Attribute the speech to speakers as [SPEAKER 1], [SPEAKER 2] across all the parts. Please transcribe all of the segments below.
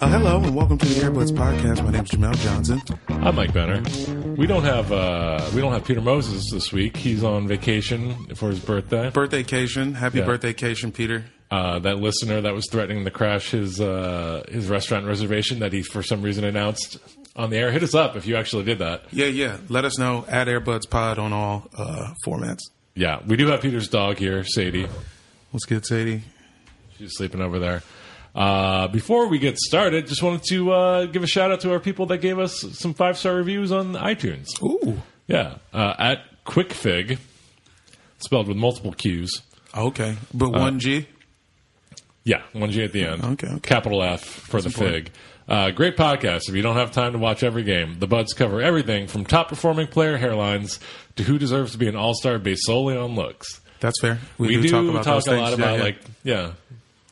[SPEAKER 1] Uh, hello and welcome to the Airbuds Podcast. My name is Jamel Johnson.
[SPEAKER 2] I'm Mike Benner. We don't have uh, we don't have Peter Moses this week. He's on vacation for his birthday.
[SPEAKER 1] Birthday cation. Happy
[SPEAKER 2] Yeah.
[SPEAKER 1] birthday cation, Peter.
[SPEAKER 2] Uh, that listener that was threatening to crash his uh, his restaurant reservation that he for some reason announced on the air. Hit us up if you actually did that.
[SPEAKER 1] Yeah, yeah. Let us know at Airbuds Pod on all uh, formats.
[SPEAKER 2] Yeah, we do have Peter's dog here, Sadie.
[SPEAKER 1] What's good, Sadie?
[SPEAKER 2] She's sleeping over there. Uh, before we get started, just wanted to uh, give a shout out to our people that gave us some five star reviews on iTunes.
[SPEAKER 1] Ooh.
[SPEAKER 2] Yeah, uh, at QuickFig, spelled with multiple Q's.
[SPEAKER 1] Okay. But one G.
[SPEAKER 2] Yeah, one G at the end.
[SPEAKER 1] Okay, okay.
[SPEAKER 2] Capital F for the fig. Uh, great podcast. If you don't have time to watch every game, the Buds cover everything from top performing player hairlines to who deserves to be an all star based solely on looks.
[SPEAKER 1] That's fair.
[SPEAKER 2] We, do, talk,
[SPEAKER 1] those
[SPEAKER 2] a
[SPEAKER 1] things.
[SPEAKER 2] lot
[SPEAKER 1] Yeah,
[SPEAKER 2] about
[SPEAKER 1] yeah.
[SPEAKER 2] like yeah,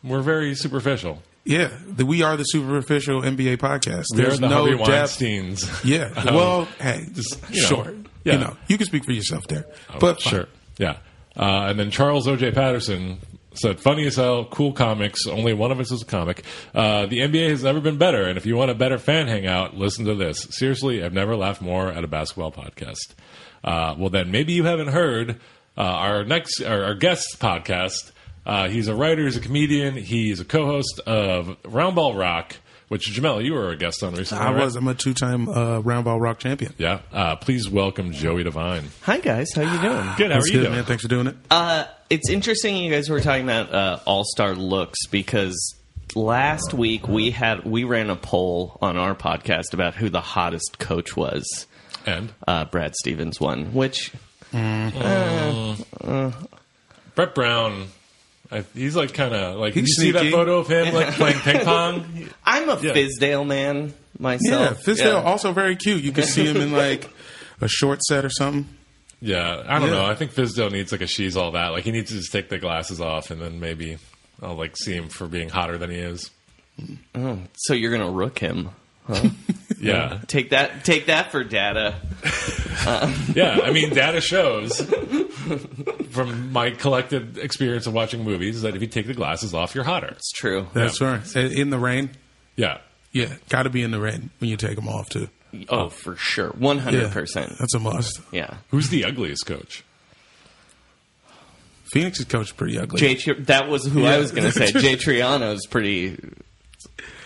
[SPEAKER 2] we're very superficial.
[SPEAKER 1] yeah. The, we are the superficial NBA podcast.
[SPEAKER 2] We
[SPEAKER 1] There's
[SPEAKER 2] are the
[SPEAKER 1] no
[SPEAKER 2] Harvey
[SPEAKER 1] depth.
[SPEAKER 2] Weinstein's.
[SPEAKER 1] Yeah.
[SPEAKER 2] Um,
[SPEAKER 1] well, hey,
[SPEAKER 2] just, you know,
[SPEAKER 1] sure.
[SPEAKER 2] yeah. Oh,
[SPEAKER 1] You know, you can speak for yourself there. but fine.
[SPEAKER 2] sure, yeah. Uh, and then Charles O.J. Patterson said, "Funny as hell, cool comics. Only one of us is a comic. Uh, the NBA has never been better. And if you want a better fan hangout, listen to this. Seriously, I've never laughed more at a basketball podcast. Uh, well, then maybe you haven't heard uh, our next our, our guest podcast. Uh, he's a writer, he's a comedian, he's a co-host of Roundball Rock." Which Jamel, you were a guest on recently.
[SPEAKER 1] I
[SPEAKER 2] right?
[SPEAKER 1] was. I'm a two-time uh, roundball rock champion.
[SPEAKER 2] Yeah. Uh, please welcome Joey Devine.
[SPEAKER 3] Hi guys, how you doing?
[SPEAKER 2] Good. How
[SPEAKER 1] That's
[SPEAKER 2] are you
[SPEAKER 1] good,
[SPEAKER 2] doing?
[SPEAKER 1] man. Thanks for doing it.
[SPEAKER 3] Uh, it's interesting you guys were talking about uh, all star looks because last week we had we ran a poll on our podcast about who the hottest coach was.
[SPEAKER 2] And
[SPEAKER 3] Uh, Brad Stevens won, which
[SPEAKER 2] Brett Brown, I, he's like kind of like
[SPEAKER 1] He's
[SPEAKER 2] you see that
[SPEAKER 1] sneaky.
[SPEAKER 2] photo of him like playing ping pong.
[SPEAKER 3] I'm a
[SPEAKER 2] Yeah.
[SPEAKER 3] Fizdale man
[SPEAKER 1] Yeah,
[SPEAKER 3] myself.
[SPEAKER 1] Fisdale also very cute. You can see him in like a short set or something.
[SPEAKER 2] Yeah, I don't
[SPEAKER 1] Yeah.
[SPEAKER 2] know. I think Fizdale needs like a she's all that. Like he needs to just take the glasses off and then maybe I'll like see him for being hotter than he is.
[SPEAKER 3] So you're gonna rook him. huh?
[SPEAKER 2] Yeah,
[SPEAKER 3] take that. Take that for data.
[SPEAKER 2] yeah. I mean, data shows from my collected experience of watching movies that if you take the glasses off, you're hotter.
[SPEAKER 3] It's true.
[SPEAKER 1] That's right. In the rain.
[SPEAKER 2] Yeah.
[SPEAKER 1] Yeah, got to be in the red when you take them off too.
[SPEAKER 4] Oh, for sure, one
[SPEAKER 1] Yeah,
[SPEAKER 4] hundred percent.
[SPEAKER 1] That's a must.
[SPEAKER 4] Yeah,
[SPEAKER 2] Who's the ugliest coach?
[SPEAKER 1] Phoenix's coach is pretty ugly.
[SPEAKER 4] Jay. Tri- That was who I
[SPEAKER 1] Yeah.
[SPEAKER 4] was going to say. Jay Triano's pretty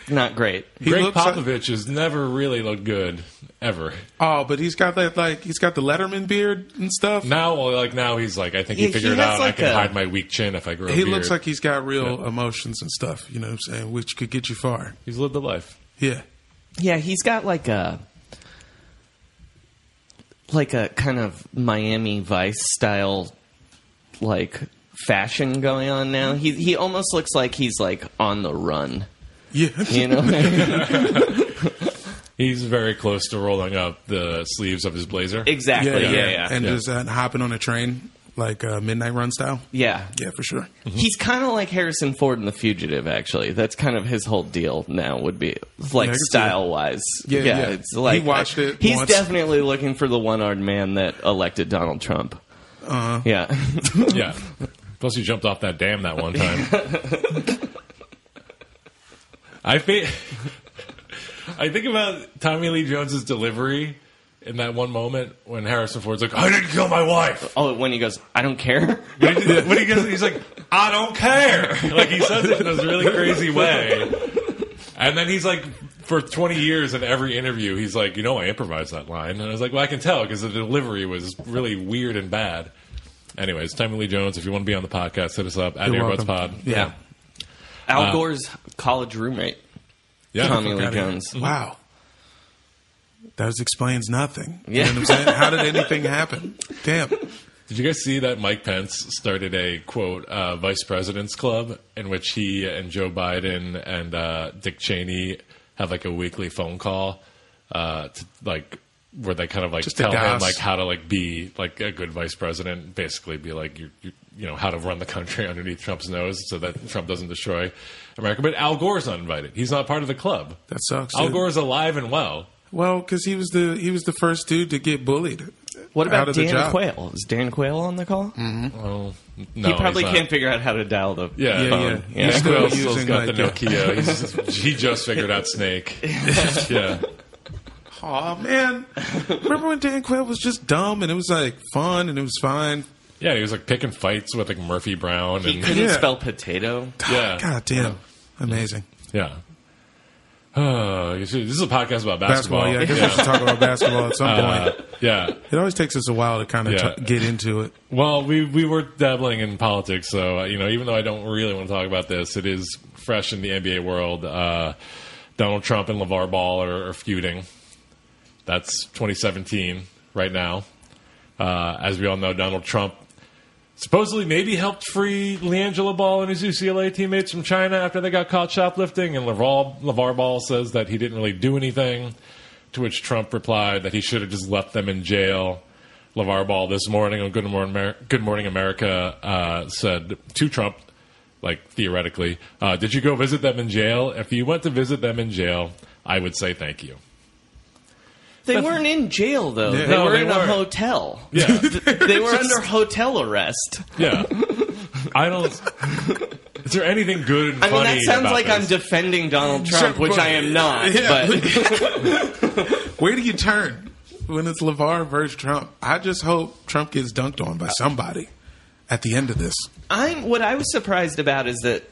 [SPEAKER 4] not great.
[SPEAKER 1] He
[SPEAKER 2] Greg
[SPEAKER 1] looks like-
[SPEAKER 2] Popovich has never really looked good ever.
[SPEAKER 1] oh, but he's got that like he's got the Letterman beard and stuff.
[SPEAKER 2] Now, well, like now, he's like, I think
[SPEAKER 4] Yeah, he
[SPEAKER 2] he figured
[SPEAKER 4] has
[SPEAKER 2] out
[SPEAKER 4] like
[SPEAKER 2] I can
[SPEAKER 4] a-
[SPEAKER 2] hide my weak chin if I grow. a
[SPEAKER 1] he
[SPEAKER 2] beard.
[SPEAKER 1] looks like he's got real emotions and stuff. You know what I'm saying? Which could get you far.
[SPEAKER 2] he's lived the life.
[SPEAKER 1] Yeah.
[SPEAKER 4] Yeah, he's got like a like a kind of Miami Vice style like fashion going on now. He he almost looks like he's like on the run.
[SPEAKER 1] Yeah.
[SPEAKER 4] You know
[SPEAKER 2] He's very close to rolling up the sleeves of his blazer.
[SPEAKER 4] exactly. Yeah, yeah.
[SPEAKER 1] And
[SPEAKER 2] Yeah.
[SPEAKER 1] just uh, hopping on a train like uh, midnight run style.
[SPEAKER 4] Yeah.
[SPEAKER 1] Yeah, for sure.
[SPEAKER 4] He's kind of like Harrison Ford in The Fugitive. Actually, that's kind of his whole deal now. Would be like
[SPEAKER 1] Yeah, I can see
[SPEAKER 4] style wise.
[SPEAKER 1] Yeah, yeah.
[SPEAKER 4] It's like
[SPEAKER 1] He watched it
[SPEAKER 4] He's
[SPEAKER 1] once.
[SPEAKER 4] definitely looking for the one armed man that elected Donald Trump.
[SPEAKER 1] Uh,
[SPEAKER 4] Yeah,
[SPEAKER 2] Yeah. Plus, he jumped off that dam that one time. I think. I think about Tommy Lee Jones's delivery in that one moment when Harrison Ford's like, "I didn't kill my wife."
[SPEAKER 4] oh, when he goes, I don't care.
[SPEAKER 2] But he, but he goes, he's like, "I don't care." Like he says it in this really crazy way, and then he's like, for twenty years in every interview, he's like, "You know, I improvised that line," and I was like, "Well, I can tell because the delivery was really weird and bad." Anyways, Tommy Lee Jones, if you want to be on the podcast, hit us up at
[SPEAKER 1] You're welcome.
[SPEAKER 2] Airbuds Pod.
[SPEAKER 1] Yeah.
[SPEAKER 4] Al
[SPEAKER 2] Uh,
[SPEAKER 4] Gore's college roommate,
[SPEAKER 2] Yeah.
[SPEAKER 4] Tommy Lee
[SPEAKER 1] Got it.
[SPEAKER 4] Jones.
[SPEAKER 1] Wow. That explains nothing.
[SPEAKER 4] Yeah.
[SPEAKER 1] You know what I'm saying? How did anything happen? Damn.
[SPEAKER 2] Did you guys see that Mike Pence started a quote uh, vice president's club in which he and Joe Biden and uh, Dick Cheney have like a weekly phone call uh, to like where they kind of like
[SPEAKER 1] Just to
[SPEAKER 2] tell him
[SPEAKER 1] gas.
[SPEAKER 2] like how to like be like a good vice president, basically be like you you you know how to run the country underneath Trump's nose so that Trump doesn't destroy America. But Al Gore's not invited. He's not part of the club.
[SPEAKER 1] That sucks.
[SPEAKER 2] Al
[SPEAKER 1] dude.
[SPEAKER 2] Gore's alive and well.
[SPEAKER 1] Well, because he was the he was the first dude to get bullied.
[SPEAKER 4] What
[SPEAKER 1] out
[SPEAKER 4] about
[SPEAKER 1] of the
[SPEAKER 4] Dan
[SPEAKER 1] job.
[SPEAKER 4] Quayle? Is Dan Quayle on the call?
[SPEAKER 2] Well, no,
[SPEAKER 4] he
[SPEAKER 2] he's
[SPEAKER 4] probably
[SPEAKER 2] not.
[SPEAKER 4] can't figure out how to dial the
[SPEAKER 2] Yeah,
[SPEAKER 1] Yeah,
[SPEAKER 4] phone.
[SPEAKER 1] yeah. He's
[SPEAKER 2] Who
[SPEAKER 1] still
[SPEAKER 2] else still's
[SPEAKER 1] using,
[SPEAKER 2] got the
[SPEAKER 1] like,
[SPEAKER 2] Nokia? He's, he just figured out Snake. yeah.
[SPEAKER 1] Oh man! Remember when Dan Quayle was just dumb and it was like fun and it was fine?
[SPEAKER 2] Yeah, he was like picking fights with like Murphy Brown
[SPEAKER 4] He
[SPEAKER 2] and
[SPEAKER 4] couldn't
[SPEAKER 1] Yeah.
[SPEAKER 4] spell potato.
[SPEAKER 2] yeah,
[SPEAKER 1] God damn, amazing
[SPEAKER 2] yeah. Uh, you see, this is a podcast about basketball.
[SPEAKER 1] basketball. Yeah, I guess we should talk about basketball at some
[SPEAKER 2] Uh,
[SPEAKER 1] point.
[SPEAKER 2] yeah.
[SPEAKER 1] It always takes us a while to kind of
[SPEAKER 2] Yeah.
[SPEAKER 1] t- get into it.
[SPEAKER 2] Well, we we were dabbling in politics, so uh, you know, even though I don't really want to talk about this, it is fresh in the NBA world. Uh, Donald Trump and LeVar Ball are, are feuding. That's 2017 right now. Uh, as we all know, Donald Trump supposedly maybe helped free LiAngelo Ball and his UCLA teammates from China after they got caught shoplifting, and LeVar, LeVar Ball says that he didn't really do anything. To which Trump replied that he should have just left them in jail. LeVar Ball this morning on Good Morning, Amer- Good Morning America uh, said to Trump, like theoretically, uh, did you go visit them in jail? If you went to visit them in jail, I would say thank you.
[SPEAKER 4] They weren't in jail though.
[SPEAKER 1] Yeah.
[SPEAKER 4] They
[SPEAKER 2] No,
[SPEAKER 4] were
[SPEAKER 2] they
[SPEAKER 4] in a
[SPEAKER 2] weren't.
[SPEAKER 4] hotel.
[SPEAKER 2] Yeah,
[SPEAKER 4] they were under hotel arrest.
[SPEAKER 2] yeah. I don't. Is there anything good and
[SPEAKER 4] I
[SPEAKER 2] funny?
[SPEAKER 4] mean, that sounds
[SPEAKER 2] about
[SPEAKER 4] like I'm
[SPEAKER 2] this?
[SPEAKER 4] defending Donald Trump,
[SPEAKER 1] Sure,
[SPEAKER 4] which
[SPEAKER 1] but-
[SPEAKER 4] I am not.
[SPEAKER 1] Yeah.
[SPEAKER 4] But
[SPEAKER 1] Where do you turn when it's Levar versus Trump? I just hope Trump gets dunked on by somebody at the end of this.
[SPEAKER 4] I'm what I was surprised about is that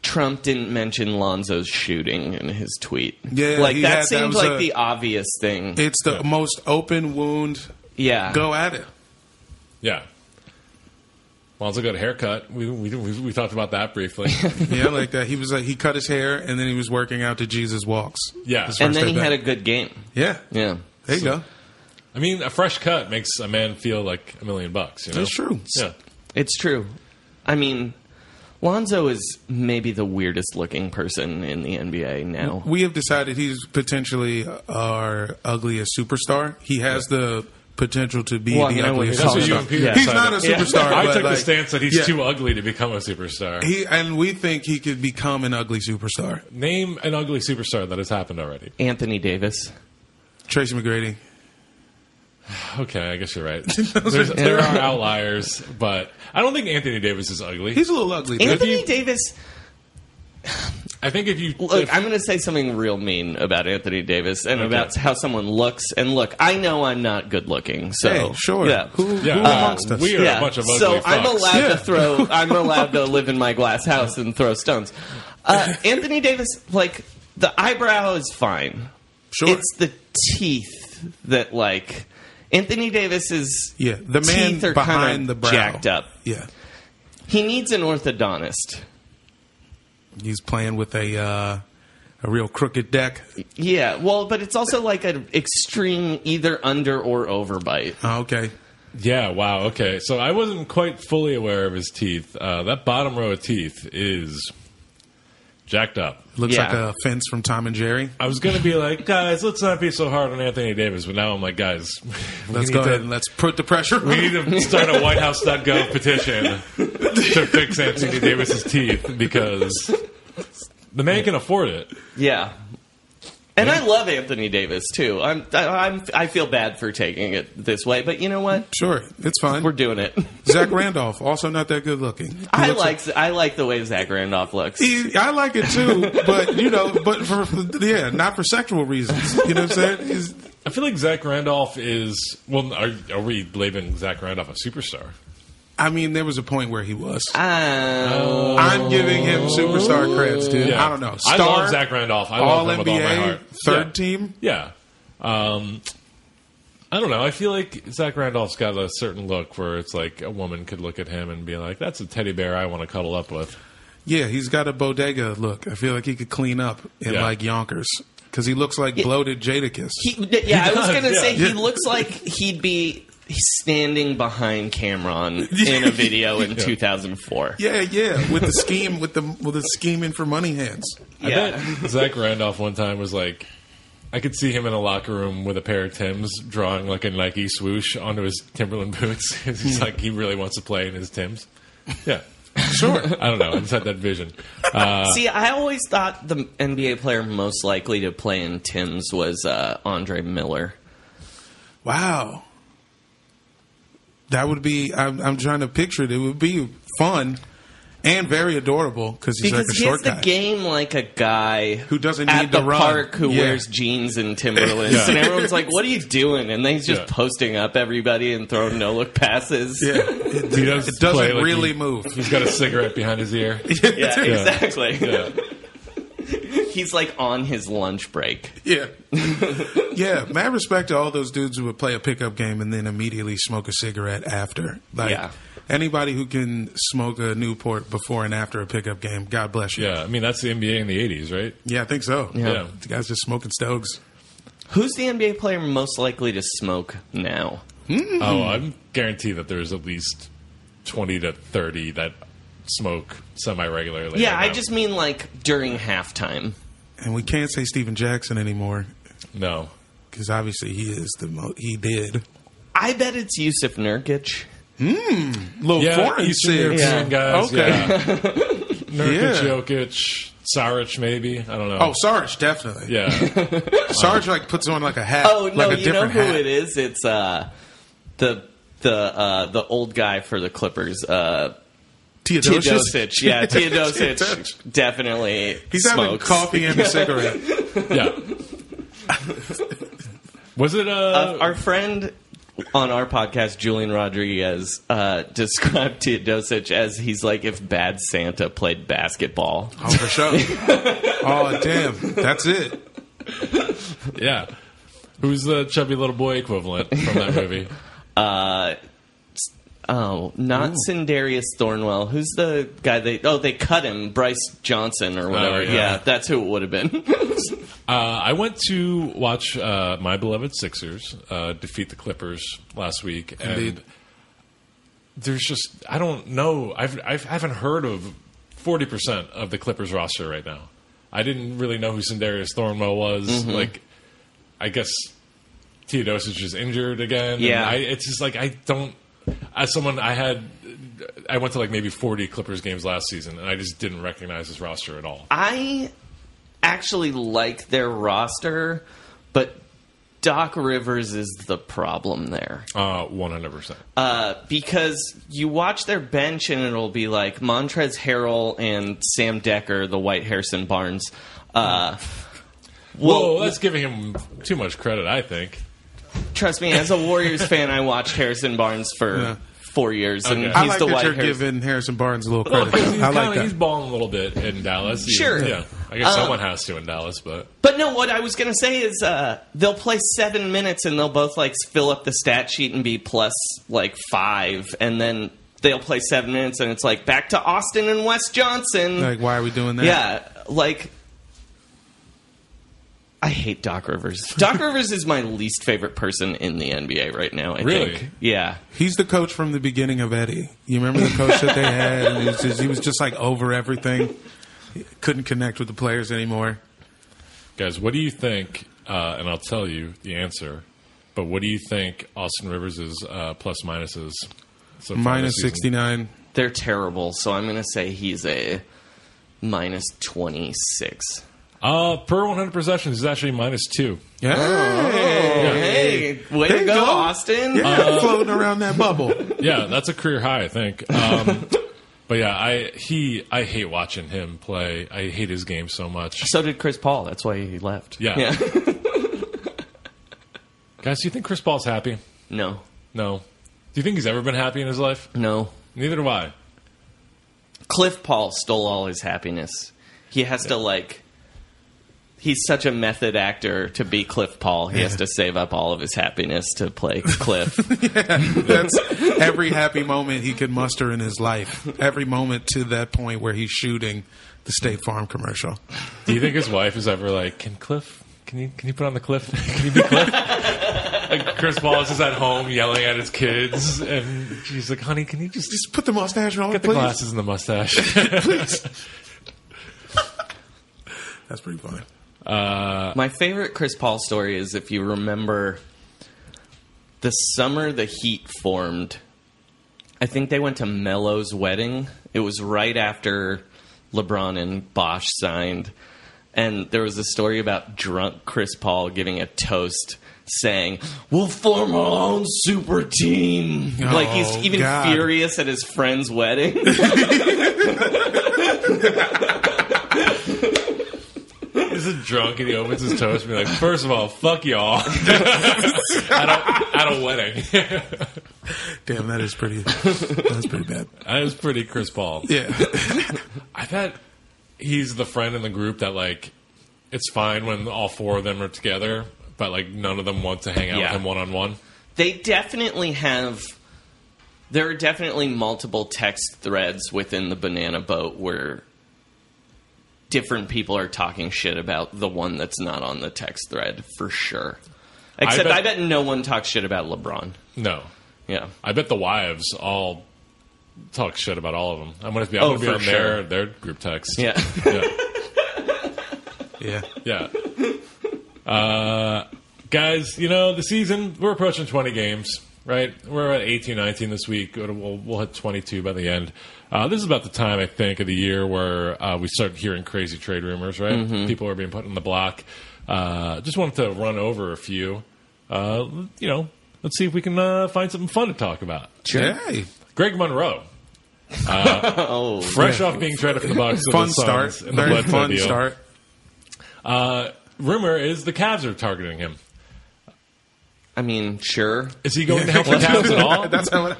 [SPEAKER 4] Trump didn't mention Lonzo's shooting in his tweet.
[SPEAKER 1] Yeah,
[SPEAKER 4] like
[SPEAKER 1] he
[SPEAKER 4] that
[SPEAKER 1] had- that
[SPEAKER 4] seemed
[SPEAKER 1] was
[SPEAKER 4] like
[SPEAKER 1] a-
[SPEAKER 4] the obvious thing.
[SPEAKER 1] It's the most open wound.
[SPEAKER 4] yeah,
[SPEAKER 1] Go at it.
[SPEAKER 2] Yeah. Lonzo got a haircut. We, we, we, we talked about that briefly.
[SPEAKER 1] Yeah, like that. He was like he cut his hair and then he was working out to Jesus walks.
[SPEAKER 2] Yeah.
[SPEAKER 1] His
[SPEAKER 4] and
[SPEAKER 1] first
[SPEAKER 4] then
[SPEAKER 1] day
[SPEAKER 4] he
[SPEAKER 1] back.
[SPEAKER 4] had a good game.
[SPEAKER 1] yeah.
[SPEAKER 4] Yeah.
[SPEAKER 1] There you go.
[SPEAKER 2] I mean, a fresh cut makes a man feel like a million bucks. You know?
[SPEAKER 1] That's true.
[SPEAKER 2] Yeah.
[SPEAKER 4] It's true. I mean, Lonzo is maybe the weirdest looking person in the NBA now.
[SPEAKER 1] We have decided he's potentially our ugliest superstar. He has the potential to be
[SPEAKER 4] Well, I
[SPEAKER 1] the
[SPEAKER 4] mean, I wouldn't
[SPEAKER 1] ugliest
[SPEAKER 2] That's
[SPEAKER 4] call
[SPEAKER 2] what you
[SPEAKER 4] him
[SPEAKER 1] superstar.
[SPEAKER 2] and Peter
[SPEAKER 4] Yeah.
[SPEAKER 1] He's
[SPEAKER 2] decided.
[SPEAKER 1] not a superstar.
[SPEAKER 2] I
[SPEAKER 1] but,
[SPEAKER 2] took the
[SPEAKER 1] like,
[SPEAKER 2] stance that he's
[SPEAKER 1] yeah.
[SPEAKER 2] too ugly to become a superstar.
[SPEAKER 1] He and we think he could become an ugly superstar.
[SPEAKER 2] Name an ugly superstar that has happened already.
[SPEAKER 4] Anthony Davis.
[SPEAKER 1] Tracy McGrady.
[SPEAKER 2] Okay, I guess you're right. There's, there are outliers, but I don't think Anthony Davis is ugly.
[SPEAKER 1] He's a little ugly. but-
[SPEAKER 4] Anthony
[SPEAKER 2] you-
[SPEAKER 4] Davis.
[SPEAKER 1] I think if you
[SPEAKER 2] Look,
[SPEAKER 1] if-
[SPEAKER 2] I'm going to say something real mean about Anthony Davis and about how someone looks. And look, I know I'm not good looking, so
[SPEAKER 5] Hey, sure.
[SPEAKER 2] yeah.
[SPEAKER 5] Who,
[SPEAKER 1] yeah,
[SPEAKER 5] who
[SPEAKER 1] uh,
[SPEAKER 5] amongst us?
[SPEAKER 1] we are a bunch of ugly
[SPEAKER 2] so I'm
[SPEAKER 1] fucks.
[SPEAKER 2] allowed
[SPEAKER 5] Yeah.
[SPEAKER 2] to throw. I'm allowed to live in my glass house and throw stones. Uh, Anthony Davis, like the eyebrow is fine.
[SPEAKER 5] Sure.
[SPEAKER 2] it's the teeth that like Anthony Davis is.
[SPEAKER 5] yeah, the man
[SPEAKER 2] teeth are
[SPEAKER 5] behind
[SPEAKER 2] kinda
[SPEAKER 5] the brow.
[SPEAKER 2] jacked up.
[SPEAKER 5] Yeah,
[SPEAKER 2] He needs an orthodontist.
[SPEAKER 5] he's playing with a uh, a real crooked deck.
[SPEAKER 2] Yeah, well, but it's also like an extreme either under or overbite.
[SPEAKER 5] Oh, okay,
[SPEAKER 1] Yeah, wow. Okay. So I wasn't quite fully aware of his teeth. Uh, that bottom row of teeth is jacked up.
[SPEAKER 5] looks
[SPEAKER 2] Yeah.
[SPEAKER 5] like a fence from Tom and Jerry.
[SPEAKER 1] I was going to be like, guys, let's not be so hard on Anthony Davis, but now I'm like, guys, we
[SPEAKER 5] Let's
[SPEAKER 1] need
[SPEAKER 5] go
[SPEAKER 1] to-
[SPEAKER 5] ahead and let's put the pressure.
[SPEAKER 1] we need to start a WhiteHouse.gov petition to fix Anthony Davis's teeth because the man can afford it.
[SPEAKER 2] Yeah. And I love Anthony Davis too. I'm, I, I'm, I feel bad for taking it this way, but you know what?
[SPEAKER 5] Sure, it's fine.
[SPEAKER 2] We're doing it.
[SPEAKER 5] Zach Randolph, also not that good looking. He
[SPEAKER 2] I
[SPEAKER 5] looks
[SPEAKER 2] like, I like the way Zach Randolph looks.
[SPEAKER 5] He- I like it too, but you know, but for for- yeah, not for sexual reasons. You know what I'm saying? He's-
[SPEAKER 1] I feel like Zach Randolph is. Well, are, are we labeling Zach Randolph a superstar?
[SPEAKER 5] I mean, there was a point where he was.
[SPEAKER 1] Uh,
[SPEAKER 2] Oh.
[SPEAKER 5] I'm giving him superstar creds, dude.
[SPEAKER 1] Yeah.
[SPEAKER 5] I don't know.
[SPEAKER 1] I
[SPEAKER 5] Star,
[SPEAKER 1] love Zach Randolph. I
[SPEAKER 5] all
[SPEAKER 1] love him with
[SPEAKER 5] NBA,
[SPEAKER 1] all my heart.
[SPEAKER 5] third
[SPEAKER 1] Yeah.
[SPEAKER 5] team.
[SPEAKER 1] Yeah. Um, I don't know. I feel like Zach Randolph's got a certain look where it's like a woman could look at him and be like, that's a teddy bear I want to cuddle up with.
[SPEAKER 5] Yeah, he's got a bodega look. I feel like he could clean up in
[SPEAKER 1] Yeah.
[SPEAKER 5] like Yonkers because he looks like bloated Jadakiss.
[SPEAKER 2] He, yeah, I was
[SPEAKER 1] does,
[SPEAKER 2] going to
[SPEAKER 1] yeah.
[SPEAKER 2] say
[SPEAKER 5] Yeah.
[SPEAKER 2] he looks like he'd be standing behind Cameron in a video in 2004.
[SPEAKER 5] yeah, yeah, with the scheme, with the with the scheming for money hands.
[SPEAKER 1] I
[SPEAKER 2] Yeah.
[SPEAKER 1] bet Zach Randolph one time was like, I could see him in a locker room with a pair of Tims drawing like a Nike swoosh onto his Timberland boots. He's
[SPEAKER 5] Hmm.
[SPEAKER 1] like, he really wants to play in his Tims. Yeah. Sure. I don't know. I just had that vision. Uh,
[SPEAKER 2] See, I always thought the NBA player most likely to play in Tim's was uh, Andre Miller.
[SPEAKER 5] Wow. That would be. I'm, I'm trying to picture it. It would be fun and very adorable because he's
[SPEAKER 2] because
[SPEAKER 5] like a
[SPEAKER 2] he has
[SPEAKER 5] short
[SPEAKER 2] the
[SPEAKER 5] guy.
[SPEAKER 2] game like a guy
[SPEAKER 5] Who doesn't
[SPEAKER 2] at
[SPEAKER 5] need
[SPEAKER 2] the
[SPEAKER 5] to run.
[SPEAKER 2] park who
[SPEAKER 5] Yeah.
[SPEAKER 2] wears jeans and Timberlands,
[SPEAKER 1] Yeah.
[SPEAKER 2] and everyone's like, "What are you doing?" And then he's just
[SPEAKER 1] Yeah.
[SPEAKER 2] posting up everybody and throwing no look passes.
[SPEAKER 5] Yeah, it,
[SPEAKER 1] He does
[SPEAKER 5] it doesn't
[SPEAKER 1] play like
[SPEAKER 5] really
[SPEAKER 1] he-
[SPEAKER 5] move.
[SPEAKER 1] he's got a cigarette behind his ear.
[SPEAKER 2] Yeah, exactly.
[SPEAKER 1] Yeah.
[SPEAKER 2] he's like on his lunch break.
[SPEAKER 5] Yeah, yeah. Mad respect to all those dudes who would play a pickup game and then immediately smoke a cigarette after. Like
[SPEAKER 2] Yeah.
[SPEAKER 5] anybody who can smoke a Newport before and after a pickup game, God bless you.
[SPEAKER 1] Yeah. I mean, that's the NBA in the 80s, right?
[SPEAKER 5] Yeah, I think so.
[SPEAKER 1] Yeah.
[SPEAKER 5] the guys just smoking stoves.
[SPEAKER 2] Who's the NBA player most likely to smoke now?
[SPEAKER 1] Oh, I'm guarantee that there's at least twenty to thirty that smoke semi regularly.
[SPEAKER 2] Yeah, I just mean like during halftime.
[SPEAKER 5] And we can't say Steven Jackson anymore
[SPEAKER 1] no.
[SPEAKER 5] because obviously he is the mo- he did.
[SPEAKER 2] I bet it's Yusuf Nurkic.
[SPEAKER 5] Little
[SPEAKER 1] Yeah,
[SPEAKER 5] foreign
[SPEAKER 1] Eastern
[SPEAKER 5] six.
[SPEAKER 1] European guys.
[SPEAKER 5] Okay.
[SPEAKER 1] Yeah. Nurkic,
[SPEAKER 5] Yeah.
[SPEAKER 1] Jokic, Saric, maybe. I don't know.
[SPEAKER 5] Oh, Sarge definitely.
[SPEAKER 1] yeah.
[SPEAKER 5] Sarge like puts on like a hat.
[SPEAKER 2] Oh no,
[SPEAKER 5] like a
[SPEAKER 2] you know
[SPEAKER 5] different
[SPEAKER 2] who
[SPEAKER 5] hat.
[SPEAKER 2] it is? It's uh the the uh the old guy for the Clippers, uh
[SPEAKER 5] Teodosius.
[SPEAKER 2] Teodosic. Yeah, Teodosic definitely
[SPEAKER 5] He's having
[SPEAKER 2] smokes.
[SPEAKER 5] coffee and a cigarette.
[SPEAKER 1] yeah. Was it uh,
[SPEAKER 2] Uh, our friend on our podcast, Julian Rodriguez, uh, described Teodosic as he's like if Bad Santa played basketball.
[SPEAKER 5] Oh, for sure. oh, damn. That's it.
[SPEAKER 1] yeah. Who's the chubby little boy equivalent from that movie?
[SPEAKER 2] Uh, s- oh, not Sindarius Thornwell. Who's the guy they? Oh, they cut him, Bryce Johnson or whatever.
[SPEAKER 1] yeah.
[SPEAKER 2] Oh, yeah. that's who it would have been.
[SPEAKER 1] Uh, I went to watch uh, my beloved Sixers uh, defeat the Clippers last week,
[SPEAKER 5] Indeed.
[SPEAKER 1] and there's just I don't know. I've, I've I haven't heard of forty percent of the Clippers roster right now. I didn't really know who Sundarius Thornwell was. Like, I guess Teodosic is injured again. and
[SPEAKER 2] Yeah.
[SPEAKER 1] I, it's just like I don't. As someone, I had I went to like maybe forty Clippers games last season, and I just didn't recognize this roster at all.
[SPEAKER 2] I actually like their roster, but Doc Rivers is the problem there.
[SPEAKER 1] Uh, 100%.
[SPEAKER 2] Uh, because you watch their bench and it'll be like Montrez Harrell and Sam Decker, the white Harrison Barnes. Uh,
[SPEAKER 1] Whoa,
[SPEAKER 2] well,
[SPEAKER 1] that's giving him too much credit, I think.
[SPEAKER 2] trust me, as a Warriors fan, I watched Harrison Barnes for
[SPEAKER 5] Yeah.
[SPEAKER 2] four years, and
[SPEAKER 1] Okay.
[SPEAKER 2] he's
[SPEAKER 5] I like
[SPEAKER 2] the
[SPEAKER 5] that
[SPEAKER 2] white
[SPEAKER 5] you're
[SPEAKER 2] Harrison.
[SPEAKER 5] giving Harrison Barnes a little credit.
[SPEAKER 1] He's,
[SPEAKER 5] I like
[SPEAKER 1] kinda- he's
[SPEAKER 5] that.
[SPEAKER 1] balling a little bit in Dallas. He's-
[SPEAKER 2] Sure.
[SPEAKER 1] Yeah. I guess someone has to in Dallas, but.
[SPEAKER 2] But no, what I was going to say is uh, they'll play seven minutes and they'll both like fill up the stat sheet and be plus like five, and then they'll play seven minutes and it's like back to Austin and Wes Johnson.
[SPEAKER 5] Like, why are we doing that?
[SPEAKER 2] yeah, like I hate Doc Rivers. Doc Rivers is my least favorite person in the NBA right now. I
[SPEAKER 1] Really?
[SPEAKER 2] think. Yeah.
[SPEAKER 5] He's the coach from the beginning of Eddie. You remember the coach that they had? And he, was just, he was just like over everything. He couldn't connect with the players anymore.
[SPEAKER 1] Guys, what do you think? Uh, and I'll tell you the answer. But what do you think Austin Rivers' uh, plus minuses? So far
[SPEAKER 5] Minus
[SPEAKER 1] this season?
[SPEAKER 5] 69.
[SPEAKER 2] They're terrible, so I'm going to say he's a minus 26.
[SPEAKER 1] Uh, per 100 possessions, he's actually minus two.
[SPEAKER 5] Yeah.
[SPEAKER 2] Hey, way
[SPEAKER 5] There
[SPEAKER 2] to
[SPEAKER 5] you
[SPEAKER 2] go,
[SPEAKER 5] go.
[SPEAKER 2] Austin.
[SPEAKER 5] Yeah, floating around that bubble.
[SPEAKER 1] Yeah, that's a career high, I think. Um, but yeah, I he I hate watching him play. I hate his game so much.
[SPEAKER 2] So did Chris Paul. That's why he left.
[SPEAKER 1] Yeah. Guys, do you think Chris Paul's happy?
[SPEAKER 2] no.
[SPEAKER 1] No. Do you think he's ever been happy in his life?
[SPEAKER 2] No.
[SPEAKER 1] Neither do I.
[SPEAKER 2] Cliff Paul stole all his happiness. He has to like he's such a method actor to be Cliff Paul. He has to save up all of his happiness to play Cliff.
[SPEAKER 5] That's every happy moment he could muster in his life. Every moment to that point where he's shooting the State Farm commercial.
[SPEAKER 1] Do you think his wife is ever like, can Cliff? Can you can you put on the Cliff? Can you be Cliff? like Chris Paul is just at home yelling at his kids, and she's like, "Honey, can you just
[SPEAKER 5] Just put the mustache on,
[SPEAKER 1] get the
[SPEAKER 5] please.
[SPEAKER 1] glasses and the mustache?"
[SPEAKER 5] That's pretty funny. Uh,
[SPEAKER 2] My favorite Chris Paul story is if you remember the summer the Heat formed. I think they went to Melo's wedding. It was right after LeBron and Bosch signed. And there was a story about drunk Chris Paul giving a toast saying, We'll form our own super team. like he's
[SPEAKER 5] Oh,
[SPEAKER 2] even
[SPEAKER 5] God.
[SPEAKER 2] furious at his friend's wedding.
[SPEAKER 1] He's a drunk, and he opens his toast and be like, first of all, fuck y'all at, a, at a wedding."
[SPEAKER 5] Damn, that is pretty. That's pretty bad.
[SPEAKER 1] that is pretty Chris Paul.
[SPEAKER 5] Yeah.
[SPEAKER 1] I bet he's the friend in the group that like it's fine when all four of them are together, but like none of them want to hang out
[SPEAKER 2] Yeah.
[SPEAKER 1] with him one on one.
[SPEAKER 2] they definitely have there are definitely multiple text threads within the banana boat where different people are talking shit about the one that's not on the text thread for sure except
[SPEAKER 1] bet-
[SPEAKER 2] i bet, no one talks shit about lebron
[SPEAKER 1] No,
[SPEAKER 2] yeah
[SPEAKER 1] I bet the wives all talk shit about all of them. I'm gonna be, I'm
[SPEAKER 2] Oh,
[SPEAKER 1] gonna be
[SPEAKER 2] for
[SPEAKER 1] on
[SPEAKER 2] sure.
[SPEAKER 1] their their group text.
[SPEAKER 2] yeah
[SPEAKER 1] yeah,
[SPEAKER 5] Yeah.
[SPEAKER 1] yeah. Uh, guys, you know the season we're approaching 20 games, right? We're at 18, 19 this week. We'll, we'll- we'll hit 22 by the end. Uh, this is about the time I think of the year where uh, we start hearing crazy trade rumors, right? People are being put on the block. Uh, just wanted to run over a few. Uh, you know, let's see if we can uh, find something fun to talk about.
[SPEAKER 5] Hey,
[SPEAKER 1] Greg Monroe. Uh, fresh off being traded for the Bucks, to
[SPEAKER 5] Oh, fun
[SPEAKER 1] the
[SPEAKER 5] start.
[SPEAKER 1] Suns in the
[SPEAKER 5] Very
[SPEAKER 1] Bledsoe
[SPEAKER 5] fun
[SPEAKER 1] deal.
[SPEAKER 5] start.
[SPEAKER 1] Uh, rumor is the Cavs are targeting him.
[SPEAKER 2] i mean sure
[SPEAKER 1] Is he going to help the Cavs at all?
[SPEAKER 5] That's how it,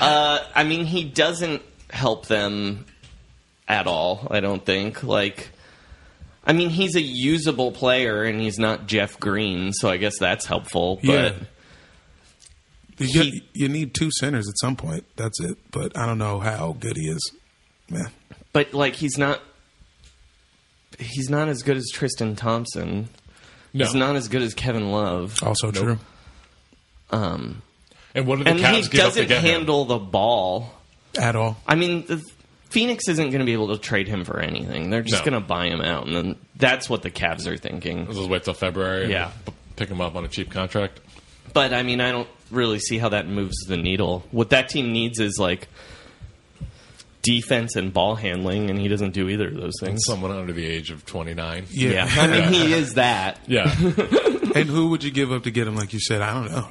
[SPEAKER 2] i mean he doesn't help them at all i don't think like i mean he's a usable player and he's not jeff green so i guess that's helpful
[SPEAKER 5] Yeah.
[SPEAKER 2] but
[SPEAKER 5] you,
[SPEAKER 2] He-
[SPEAKER 5] you need two centers at some point. That's it. But I don't know how good he is. Man.
[SPEAKER 2] but like he's not he's not as good as Tristan Thompson.
[SPEAKER 1] No.
[SPEAKER 2] He's not as good as Kevin Love.
[SPEAKER 5] Also true.
[SPEAKER 2] Um,
[SPEAKER 1] and what do the
[SPEAKER 2] and he
[SPEAKER 1] Cavs give up to
[SPEAKER 2] doesn't
[SPEAKER 1] get him?
[SPEAKER 2] handle the ball.
[SPEAKER 5] At all.
[SPEAKER 2] I mean, the, Phoenix isn't going to be able to trade him for anything. They're just
[SPEAKER 1] No.
[SPEAKER 2] going to buy him out, and then that's what the Cavs are thinking.
[SPEAKER 1] Let's wait till February. and
[SPEAKER 2] Yeah.
[SPEAKER 1] p- pick him up on a cheap contract.
[SPEAKER 2] But I mean, I don't really see how that moves the needle. What that team needs is like defense and ball handling, and he doesn't do either of those things.
[SPEAKER 1] Someone under the age of twenty nine.
[SPEAKER 2] yeah, I mean, he is that.
[SPEAKER 1] Yeah.
[SPEAKER 5] and who would you give up to get him? Like you said, I don't know.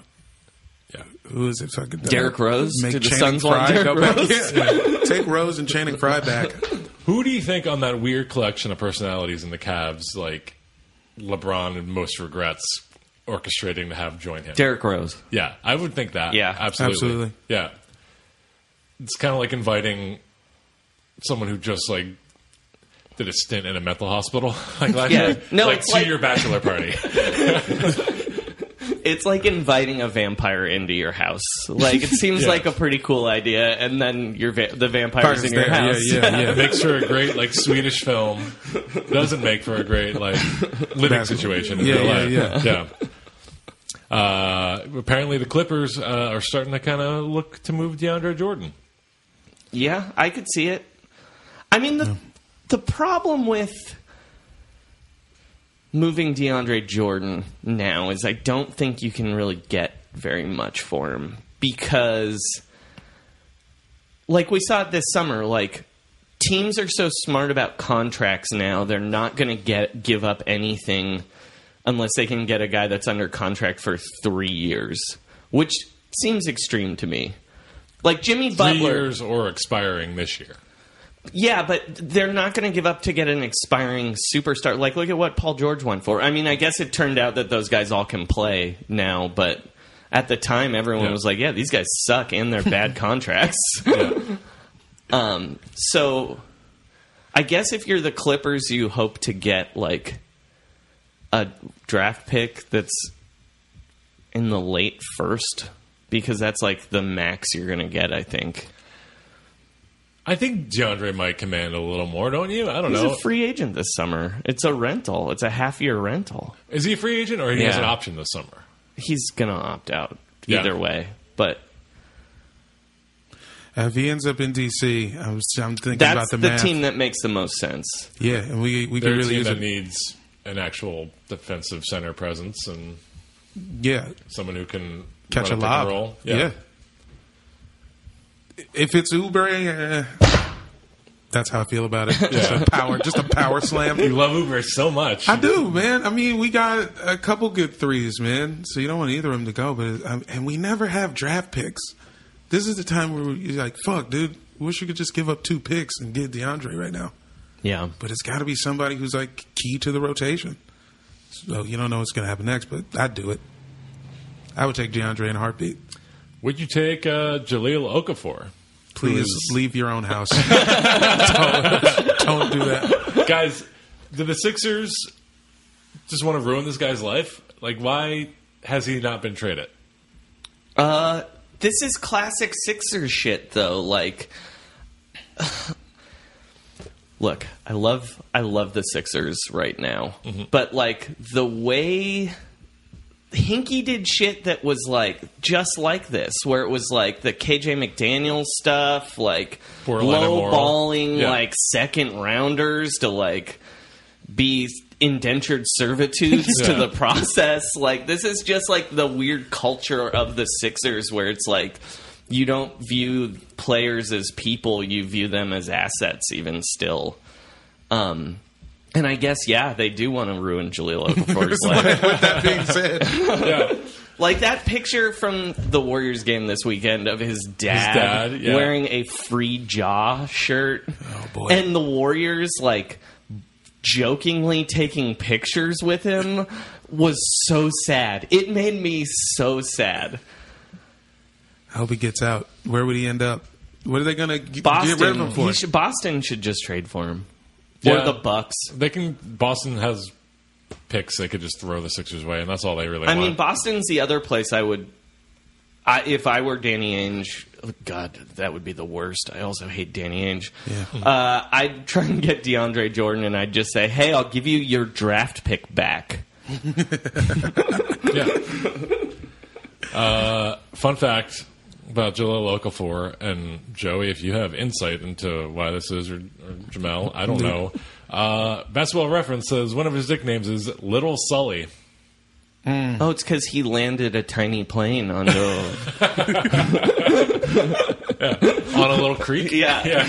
[SPEAKER 5] Yeah, who is it? Fucking
[SPEAKER 2] Derrick Rose?
[SPEAKER 5] Make
[SPEAKER 2] Do the
[SPEAKER 5] Channing
[SPEAKER 2] Suns want
[SPEAKER 5] Frye
[SPEAKER 2] Derrick
[SPEAKER 5] go back?
[SPEAKER 2] Rose?
[SPEAKER 5] Yeah. Take Rose and Channing Frye back.
[SPEAKER 1] Who do you think on that weird collection of personalities in the Cavs, like LeBron, most regrets orchestrating to have join him?
[SPEAKER 2] Derrick Rose.
[SPEAKER 1] Yeah, I would think that.
[SPEAKER 2] Yeah.
[SPEAKER 1] absolutely.
[SPEAKER 5] Absolutely.
[SPEAKER 1] Yeah, it's kind of like inviting someone who just like did a stint in a mental hospital, like last
[SPEAKER 2] Yeah.
[SPEAKER 1] year,
[SPEAKER 2] No,
[SPEAKER 1] like
[SPEAKER 2] it's
[SPEAKER 1] to
[SPEAKER 2] like-
[SPEAKER 1] your bachelor party.
[SPEAKER 2] It's like inviting a vampire into your house. Like it seems
[SPEAKER 1] Yeah.
[SPEAKER 2] like a pretty cool idea, and then your va- the vampire's in your
[SPEAKER 5] Yeah,
[SPEAKER 2] house.
[SPEAKER 5] yeah, yeah,
[SPEAKER 1] It makes for a great like Swedish film. Doesn't make for a great like living
[SPEAKER 5] Basketball.
[SPEAKER 1] situation in
[SPEAKER 5] Yeah,
[SPEAKER 1] real
[SPEAKER 5] yeah,
[SPEAKER 1] life. Yeah. Uh, apparently, the Clippers uh, are starting to kind of look to move DeAndre Jordan.
[SPEAKER 2] Yeah, I could see it. I mean, the the problem with moving DeAndre Jordan now is I don't think you can really get very much for him because, like we saw it this summer, like teams are so smart about contracts now; they're not going to get give up anything unless they can get a guy that's under contract for three years, which seems extreme to me. Like Jimmy
[SPEAKER 1] Three
[SPEAKER 2] Butler,
[SPEAKER 1] years or expiring this year.
[SPEAKER 2] yeah, but they're not going to give up to get an expiring superstar. Like, look at what Paul George went for. I mean, I guess it turned out that those guys all can play now, but at the time, everyone
[SPEAKER 1] Yeah.
[SPEAKER 2] was like, yeah, these guys suck and they're bad contracts.
[SPEAKER 1] Yeah.
[SPEAKER 2] Um, so I guess if you're the Clippers, you hope to get like a draft pick that's in the late first because that's like the max you're going to get, I think.
[SPEAKER 1] I think DeAndre might command a little more, don't you? I don't
[SPEAKER 2] He's
[SPEAKER 1] know.
[SPEAKER 2] a free agent this summer. It's a rental. It's a half year rental.
[SPEAKER 1] Is he a free agent or he has
[SPEAKER 2] Yeah.
[SPEAKER 1] an option this summer?
[SPEAKER 2] He's gonna opt out
[SPEAKER 1] Yeah.
[SPEAKER 2] either way. But
[SPEAKER 5] If he ends up in DC, I'm, I'm thinking about
[SPEAKER 2] that's
[SPEAKER 5] the,
[SPEAKER 2] the,
[SPEAKER 5] math.
[SPEAKER 2] team that makes the most sense.
[SPEAKER 5] Yeah, and we we
[SPEAKER 1] They're
[SPEAKER 5] could
[SPEAKER 1] a
[SPEAKER 5] really
[SPEAKER 1] team
[SPEAKER 5] use
[SPEAKER 1] that
[SPEAKER 5] it.
[SPEAKER 1] needs an actual defensive center presence and
[SPEAKER 5] yeah,
[SPEAKER 1] someone who can
[SPEAKER 5] catch
[SPEAKER 1] run
[SPEAKER 5] a
[SPEAKER 1] pick and
[SPEAKER 5] lob.
[SPEAKER 1] roll.
[SPEAKER 5] yeah. If it's Uber, uh, that's how I feel about it. Just a power, just a power slam.
[SPEAKER 1] You love Uber so much.
[SPEAKER 5] I do, man. I mean, we got a couple good threes, man. So you don't want either of them to go, but um, and we never have draft picks. This is the time where you're like, "Fuck, dude, wish you could just give up two picks and get DeAndre right now."
[SPEAKER 2] Yeah.
[SPEAKER 5] But it's got to be somebody who's like key to the rotation. So you don't know what's going to happen next, but I'd do it. I would take DeAndre in a heartbeat.
[SPEAKER 1] Would you take uh, Jaleel Okafor?
[SPEAKER 5] Please, leave your own house. don't, don't do that.
[SPEAKER 1] Guys, do the Sixers just want to ruin this guy's life? Like, why has he not been traded?
[SPEAKER 2] Uh this is classic Sixers shit though. Like Look, I love I love the Sixers right now.
[SPEAKER 1] Mm-hmm.
[SPEAKER 2] But like the way Hinky did shit that was like just like this, where it was like the KJ McDaniel stuff, like
[SPEAKER 1] Borderline immoral.
[SPEAKER 2] lowballing
[SPEAKER 1] Yeah.
[SPEAKER 2] like second rounders to like be indentured servitudes to
[SPEAKER 1] Yeah.
[SPEAKER 2] the process. Like this is just like the weird culture of the Sixers where it's like you don't view players as people, you view them as assets even still. Um and I guess yeah, they do want to ruin Jaleel Okafor's life.
[SPEAKER 5] With that being said,
[SPEAKER 1] Yeah.
[SPEAKER 2] Like that picture from the Warriors game this weekend of his dad,
[SPEAKER 1] dad, yeah.
[SPEAKER 2] wearing a free jaw shirt. Oh
[SPEAKER 5] boy.
[SPEAKER 2] And the Warriors like jokingly taking pictures with him was so sad. It made me so sad.
[SPEAKER 5] I hope he gets out. Where would he end up? What are they going to get rid of him
[SPEAKER 2] Boston
[SPEAKER 5] for?
[SPEAKER 2] he should, Boston should just trade for him.
[SPEAKER 1] Yeah.
[SPEAKER 2] Or the Bucks.
[SPEAKER 1] They can. Boston has picks. They could just throw the Sixers away, and that's all they really
[SPEAKER 2] I
[SPEAKER 1] want.
[SPEAKER 2] mean, Boston's the other place I would. I, if I were Danny Ainge, oh, God, that would be the worst. I also hate Danny Ainge.
[SPEAKER 5] Yeah.
[SPEAKER 2] Uh, I'd try and get DeAndre Jordan, and I'd just say, "Hey, I'll give you your draft pick back."
[SPEAKER 1] yeah. Uh, fun fact about Jaleel Okafor and Joey, if you have insight into why this is, or, or Jamel, I don't know. Uh, basketball reference says one of his nicknames is Little Sully.
[SPEAKER 2] Oh, it's because he landed a tiny plane on the.
[SPEAKER 1] on a little creek.
[SPEAKER 2] Yeah.
[SPEAKER 1] yeah.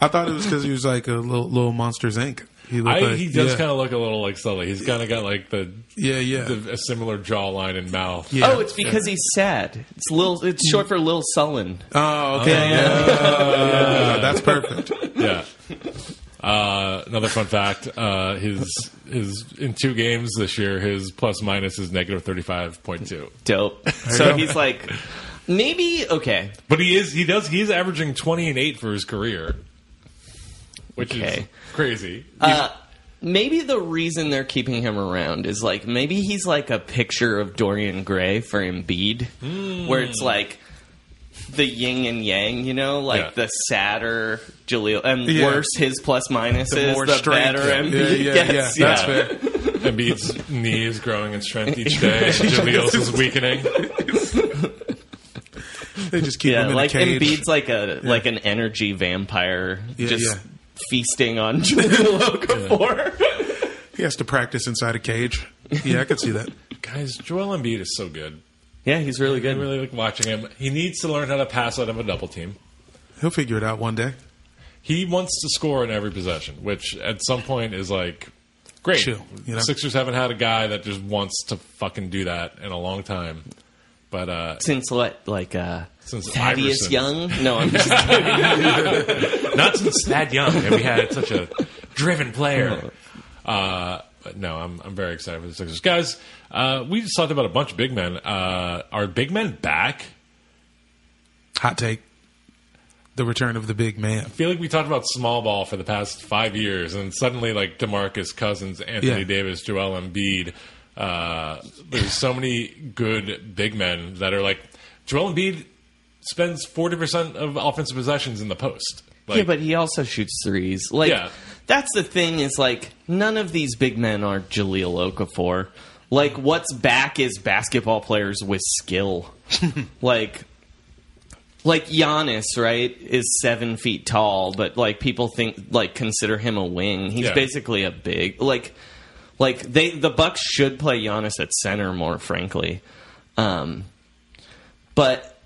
[SPEAKER 5] I thought it was because he was like a little, little Monsters Inc. He looked
[SPEAKER 1] I,
[SPEAKER 5] like-
[SPEAKER 1] he does
[SPEAKER 5] yeah.
[SPEAKER 1] kind of look a little like Sully. He's kind of got like the
[SPEAKER 5] Yeah, yeah.
[SPEAKER 1] the, a similar jawline and mouth.
[SPEAKER 5] Yeah.
[SPEAKER 2] Oh, it's because he's sad. It's little. It's short for Lil Sullen.
[SPEAKER 5] Oh, okay. Yeah, that's perfect.
[SPEAKER 1] yeah. Uh, another fun fact: uh, his his in two games this year, his plus minus is negative thirty five point two.
[SPEAKER 2] Dope. So he's like, maybe okay.
[SPEAKER 1] But he is he does he's averaging twenty and eight for his career, which is
[SPEAKER 2] Okay.
[SPEAKER 1] crazy.
[SPEAKER 2] Uh, maybe the reason they're keeping him around is like maybe he's like a picture of Dorian Gray for Embiid, where
[SPEAKER 5] Hmm.
[SPEAKER 2] it's like the yin and yang, you know, like
[SPEAKER 1] Yeah.
[SPEAKER 2] the sadder Jaleel, and
[SPEAKER 5] Yeah.
[SPEAKER 2] worse his plus minus is,
[SPEAKER 5] more
[SPEAKER 2] the
[SPEAKER 5] strength.
[SPEAKER 2] better
[SPEAKER 5] Yeah,
[SPEAKER 2] Embiid.
[SPEAKER 5] yeah,
[SPEAKER 2] yes,
[SPEAKER 5] yeah,
[SPEAKER 2] yeah,
[SPEAKER 5] that's fair.
[SPEAKER 1] Embiid's knee is growing in strength each day. and Jaleel's is weakening.
[SPEAKER 5] They just keep
[SPEAKER 2] Yeah,
[SPEAKER 5] him in
[SPEAKER 2] like
[SPEAKER 5] a cage.
[SPEAKER 2] Embiid's like a like an energy vampire,
[SPEAKER 5] Yeah,
[SPEAKER 2] just
[SPEAKER 5] yeah.
[SPEAKER 2] feasting on Jaleel Okafor.
[SPEAKER 5] He has to practice inside a cage. Yeah, I could see that.
[SPEAKER 1] Guys, Joel Embiid is so good.
[SPEAKER 2] yeah, he's really
[SPEAKER 1] I
[SPEAKER 2] good.
[SPEAKER 1] really like watching him. He needs to learn how to pass out of a double team.
[SPEAKER 5] He'll figure it out one day.
[SPEAKER 1] He wants to score in every possession, which at some point is like great.
[SPEAKER 5] Chill, you know?
[SPEAKER 1] Sixers haven't had a guy that just wants to fucking do that in a long time. But uh,
[SPEAKER 2] Since what, like uh,
[SPEAKER 1] Since
[SPEAKER 2] Thaddeus
[SPEAKER 1] Iverson.
[SPEAKER 2] Young? No, I'm just kidding.
[SPEAKER 1] not since that young have we had such a driven player. Uh, but no, I'm, I'm very excited for the Sixers. Guys, uh, we just talked about a bunch of big men. Uh, are big men back?
[SPEAKER 5] Hot take. The return of the big man.
[SPEAKER 1] I feel like we talked about small ball for the past five years, and suddenly, like DeMarcus Cousins, Anthony
[SPEAKER 5] Yeah.
[SPEAKER 1] Davis, Joel Embiid, uh, there's so many good big men that are like Joel Embiid spends 40% of offensive possessions in the post. Like,
[SPEAKER 2] yeah, but he also shoots threes. Like
[SPEAKER 1] Yeah.
[SPEAKER 2] that's the thing is like none of these big men are Jaleel Okafor. Like what's back is basketball players with skill. like like Giannis, right, is seven feet tall, but like people think like consider him a wing. He's
[SPEAKER 1] Yeah.
[SPEAKER 2] basically a big like like they the Bucks should play Giannis at center more, frankly. Um but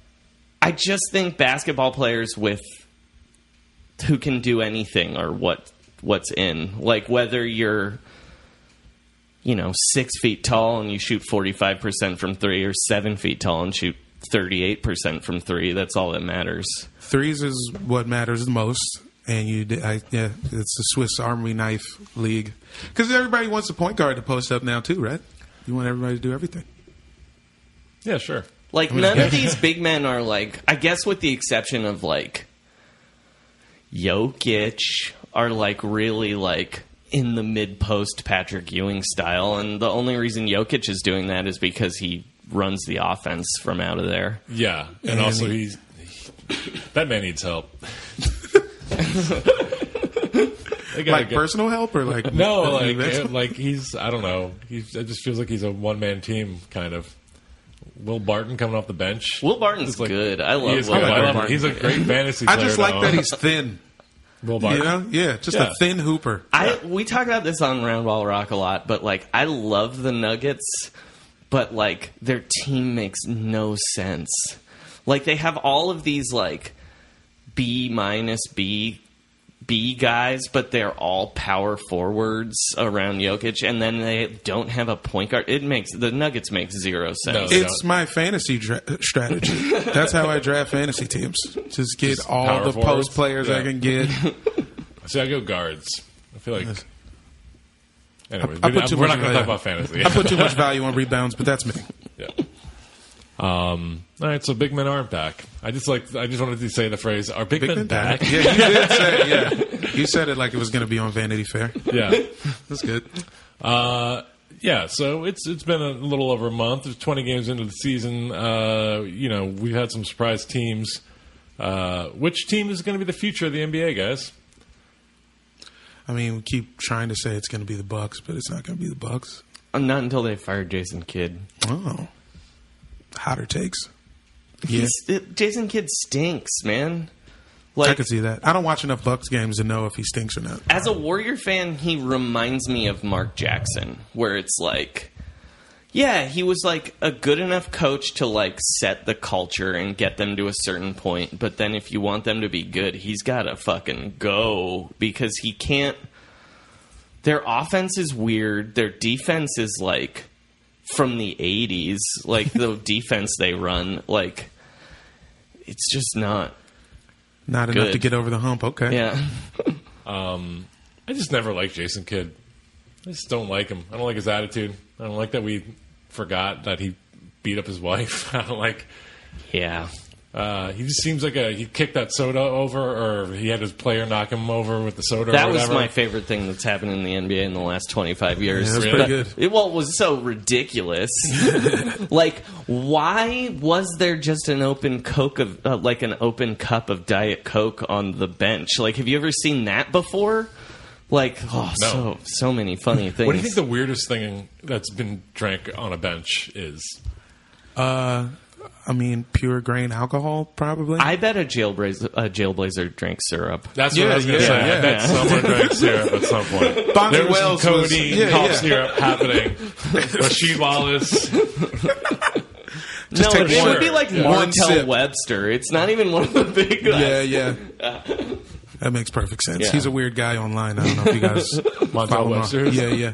[SPEAKER 2] I just think basketball players with who can do anything or what what's in like whether you're you know six feet tall and you shoot 45% from three or seven feet tall and shoot 38% from three that's all that matters
[SPEAKER 5] Threes is what matters the most. And you, d I yeah, it's the Swiss Army knife league. Because everybody wants a point guard to post up now, too, right? You want everybody to do everything.
[SPEAKER 1] yeah, sure.
[SPEAKER 2] like none of these big men are like i guess with the exception of like Jokic are like really like in the mid post Patrick Ewing style and the only reason Jokic is doing that is because he runs the offense from out of there
[SPEAKER 1] Yeah, and also he's that man needs help. They gotta
[SPEAKER 5] Like
[SPEAKER 1] get-
[SPEAKER 5] personal help or like
[SPEAKER 1] no, like eh, like he's I don't know. He's, it just feels like he's a one man team kind of. Will Barton coming off the bench.
[SPEAKER 2] Will Barton's
[SPEAKER 1] It's
[SPEAKER 2] good. I love
[SPEAKER 1] he is
[SPEAKER 2] Will
[SPEAKER 1] good. I
[SPEAKER 2] Barton.
[SPEAKER 1] love him. He's a great fantasy.
[SPEAKER 5] I just
[SPEAKER 1] player
[SPEAKER 5] like
[SPEAKER 1] now.
[SPEAKER 5] that he's thin.
[SPEAKER 1] Will Barton.
[SPEAKER 5] You know, yeah, just
[SPEAKER 1] Yeah.
[SPEAKER 5] a thin hooper.
[SPEAKER 2] I we talk about this on Roundball Rock a lot, but like I love the Nuggets, but like their team makes no sense. Like they have all of these like B minus B B guys, but they're all power forwards around Jokic, and then they don't have a point guard. It makes the Nuggets make zero sense.
[SPEAKER 1] No.
[SPEAKER 5] It's my fantasy dra- uh, strategy. That's how I draft fantasy teams. Just get
[SPEAKER 1] Just
[SPEAKER 5] all
[SPEAKER 1] power
[SPEAKER 5] the
[SPEAKER 1] forwards.
[SPEAKER 5] post players
[SPEAKER 1] Yeah.
[SPEAKER 5] I can get.
[SPEAKER 1] See, I go guards. I feel like.
[SPEAKER 5] Yes.
[SPEAKER 1] Anyway,
[SPEAKER 5] I
[SPEAKER 1] we-
[SPEAKER 5] put too
[SPEAKER 1] we're
[SPEAKER 5] much
[SPEAKER 1] not
[SPEAKER 5] value-
[SPEAKER 1] going to talk about fantasy.
[SPEAKER 5] I put too much value on rebounds, but that's me.
[SPEAKER 1] Yeah. Um, all right, so big men aren't back. I just like I just wanted to say the phrase "Are big, men, back?"
[SPEAKER 5] Yeah, you did say it. Yeah, you said it like it was going to be on Vanity Fair.
[SPEAKER 1] yeah.
[SPEAKER 5] That's good.
[SPEAKER 1] Uh, yeah, so it's it's been a little over a month. There's 20 games into the season. Uh, you know, we've had some surprise teams. Uh, which team is going to be the future of the NBA, guys?
[SPEAKER 5] I mean, we keep trying to say it's going to be the Bucks, but it's not going to be the Bucks.
[SPEAKER 2] Uh, Not until they fire Jason Kidd.
[SPEAKER 5] Oh, hotter takes. Yeah,
[SPEAKER 2] He's, it, Jason Kidd stinks, man. Like
[SPEAKER 5] I can see that. I don't watch enough Bucks games to know if he stinks or not.
[SPEAKER 2] as a Warrior fan, he reminds me of Mark Jackson, where it's like Yeah, he was like a good enough coach to like set the culture and get them to a certain point, but then if you want them to be good, he's got to fucking go because he can't their offense is weird, their defense is like from the 80s, like the defense they run, like it's just not.
[SPEAKER 5] Not enough
[SPEAKER 2] Good.
[SPEAKER 5] to get over the hump. Okay.
[SPEAKER 2] Yeah.
[SPEAKER 1] I just never liked Jason Kidd. I just don't like him. I don't like his attitude. I don't like that we forgot that he beat up his wife. I don't like.
[SPEAKER 2] Yeah.
[SPEAKER 1] Uh, he just seems like a he kicked that soda over, or he had his player knock him over with the soda.
[SPEAKER 2] That
[SPEAKER 1] or
[SPEAKER 2] was
[SPEAKER 1] whatever.
[SPEAKER 2] my favorite thing that's happened in the NBA in the last 25 years.
[SPEAKER 5] Yeah, that's
[SPEAKER 2] But-
[SPEAKER 5] pretty good.
[SPEAKER 2] It, well, it was so ridiculous. like, why was there just an open Coke of, uh, like an open cup of Diet Coke on the bench? Like, have you ever seen that before? Like, oh,
[SPEAKER 1] No.
[SPEAKER 2] so, so many funny things.
[SPEAKER 1] What do you think the weirdest thing that's been drank on a bench is?
[SPEAKER 5] Uh, I mean, pure grain alcohol, probably.
[SPEAKER 2] I bet a jailblazer, a jailblazer drinks syrup.
[SPEAKER 1] That's what
[SPEAKER 5] Yeah,
[SPEAKER 1] I was going to
[SPEAKER 5] yeah,
[SPEAKER 1] say.
[SPEAKER 5] yeah.
[SPEAKER 1] I bet someone drank syrup at some point.
[SPEAKER 5] Bonnie
[SPEAKER 1] there was some
[SPEAKER 5] Wells was-
[SPEAKER 1] codeine,
[SPEAKER 5] yeah,
[SPEAKER 1] cough
[SPEAKER 5] yeah.
[SPEAKER 1] syrup happening. Rasheed Wallace.
[SPEAKER 2] no,
[SPEAKER 5] take
[SPEAKER 2] it
[SPEAKER 5] one.
[SPEAKER 2] would be like
[SPEAKER 5] Yeah. One
[SPEAKER 2] Martel
[SPEAKER 5] sip.
[SPEAKER 2] Webster. It's not even one of the big guys.
[SPEAKER 5] yeah, yeah. That makes perfect sense.
[SPEAKER 2] Yeah.
[SPEAKER 5] He's a weird guy online. I don't know if you guys
[SPEAKER 1] Montel
[SPEAKER 5] follow him.
[SPEAKER 1] Webster.
[SPEAKER 5] Yeah, yeah,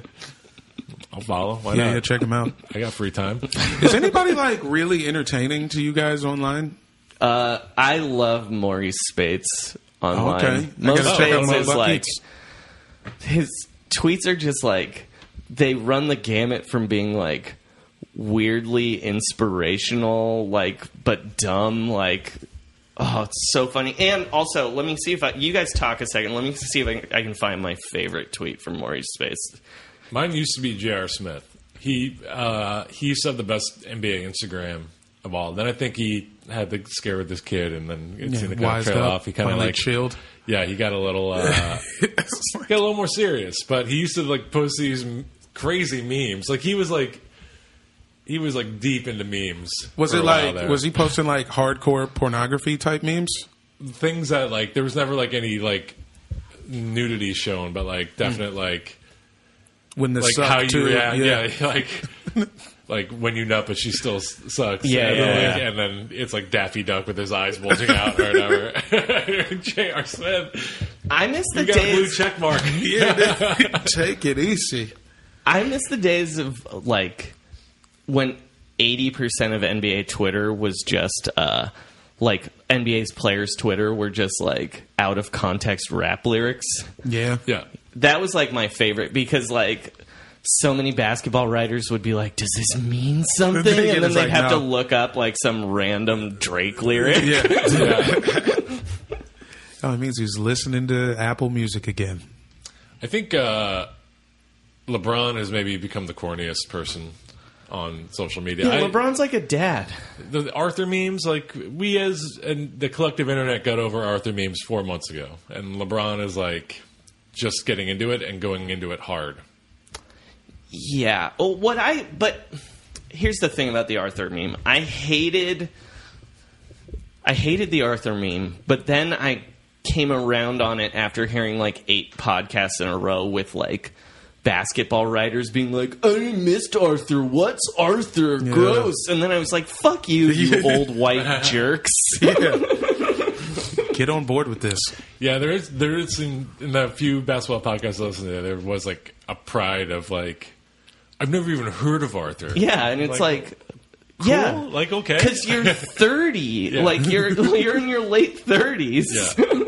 [SPEAKER 1] I'll follow. Why
[SPEAKER 5] yeah, yeah.
[SPEAKER 1] not?
[SPEAKER 5] Check him out.
[SPEAKER 1] I got free time.
[SPEAKER 5] Is anybody like really entertaining to you guys online?
[SPEAKER 2] Uh, I love Maurice Spates online.
[SPEAKER 5] Oh, Okay. I
[SPEAKER 2] Most
[SPEAKER 5] gotta check out
[SPEAKER 2] Spates
[SPEAKER 5] Mo
[SPEAKER 2] is
[SPEAKER 5] Buckets.
[SPEAKER 2] like his tweets are just like they run the gamut from being like weirdly inspirational, like but dumb, like oh, it's so funny. And also, let me see if I, you guys talk a second. Let me see if I, can- I can find my favorite tweet from Maurice Spates.
[SPEAKER 1] Mine used to be J.R. Smith. He uh, he used to have the best NBA Instagram of all. Then I think he had the scare with this kid, and then it
[SPEAKER 5] Yeah,
[SPEAKER 1] seemed to kind of
[SPEAKER 5] wised
[SPEAKER 1] trail
[SPEAKER 5] up,
[SPEAKER 1] off. He kind of
[SPEAKER 5] finally
[SPEAKER 1] like
[SPEAKER 5] chilled.
[SPEAKER 1] Yeah, he got a little uh, got a little more serious. But he used to like post these m- crazy memes. Like he was like he was like deep into memes.
[SPEAKER 5] Was
[SPEAKER 1] for
[SPEAKER 5] it
[SPEAKER 1] a while
[SPEAKER 5] like
[SPEAKER 1] there.
[SPEAKER 5] was he posting like hardcore pornography type memes?
[SPEAKER 1] things that like there was never like any like nudity shown, but like
[SPEAKER 5] Hmm.
[SPEAKER 1] definite like.
[SPEAKER 5] When the
[SPEAKER 1] like
[SPEAKER 5] suck
[SPEAKER 1] how you
[SPEAKER 5] too,
[SPEAKER 1] react. Yeah, like like when you nut, but she still s- sucks.
[SPEAKER 2] Yeah,
[SPEAKER 1] and then,
[SPEAKER 2] yeah, yeah.
[SPEAKER 1] like, and then it's like Daffy Duck with his eyes bulging out or whatever. J.R. Smith,
[SPEAKER 2] I miss the
[SPEAKER 1] you got a blue
[SPEAKER 2] days.
[SPEAKER 1] check mark.
[SPEAKER 5] yeah. dude. Take it easy.
[SPEAKER 2] I miss the days of like when 80% of NBA Twitter was just uh like NBA's players Twitter were just like out of context rap lyrics.
[SPEAKER 5] Yeah,
[SPEAKER 1] yeah.
[SPEAKER 2] That was like my favorite because like so many basketball writers would be like, "Does this mean something?"
[SPEAKER 5] Yeah,
[SPEAKER 2] And then
[SPEAKER 5] it's
[SPEAKER 2] they'd
[SPEAKER 5] like,
[SPEAKER 2] have
[SPEAKER 5] no.
[SPEAKER 2] to look up like some random Drake lyric.
[SPEAKER 5] yeah.
[SPEAKER 1] yeah.
[SPEAKER 5] Oh, it means he's listening to Apple Music again.
[SPEAKER 1] I think uh, LeBron has maybe become the corniest person on social media.
[SPEAKER 2] Yeah,
[SPEAKER 1] I-
[SPEAKER 2] LeBron's like a dad.
[SPEAKER 1] the Arthur memes, like we as and the collective internet got over Arthur memes four months ago, and LeBron is like just getting into it and going into it hard.
[SPEAKER 2] Yeah. Oh, what I but here's the thing about the Arthur meme. I hated I hated the Arthur meme, but then I came around on it after hearing like eight podcasts in a row with like basketball writers being like, "I missed Arthur. What's Arthur? Gross." And then I was like, "Fuck you, you old white jerks."
[SPEAKER 5] Get on board with this.
[SPEAKER 1] Yeah, there is there is in, in the few basketball podcasts I listened to, there was like a pride of like I've never even heard of Arthur.
[SPEAKER 2] Yeah, and it's like,
[SPEAKER 1] cool?
[SPEAKER 2] yeah,
[SPEAKER 1] like okay,
[SPEAKER 2] because you're 30 like you're you're in your late 30s
[SPEAKER 1] Yeah.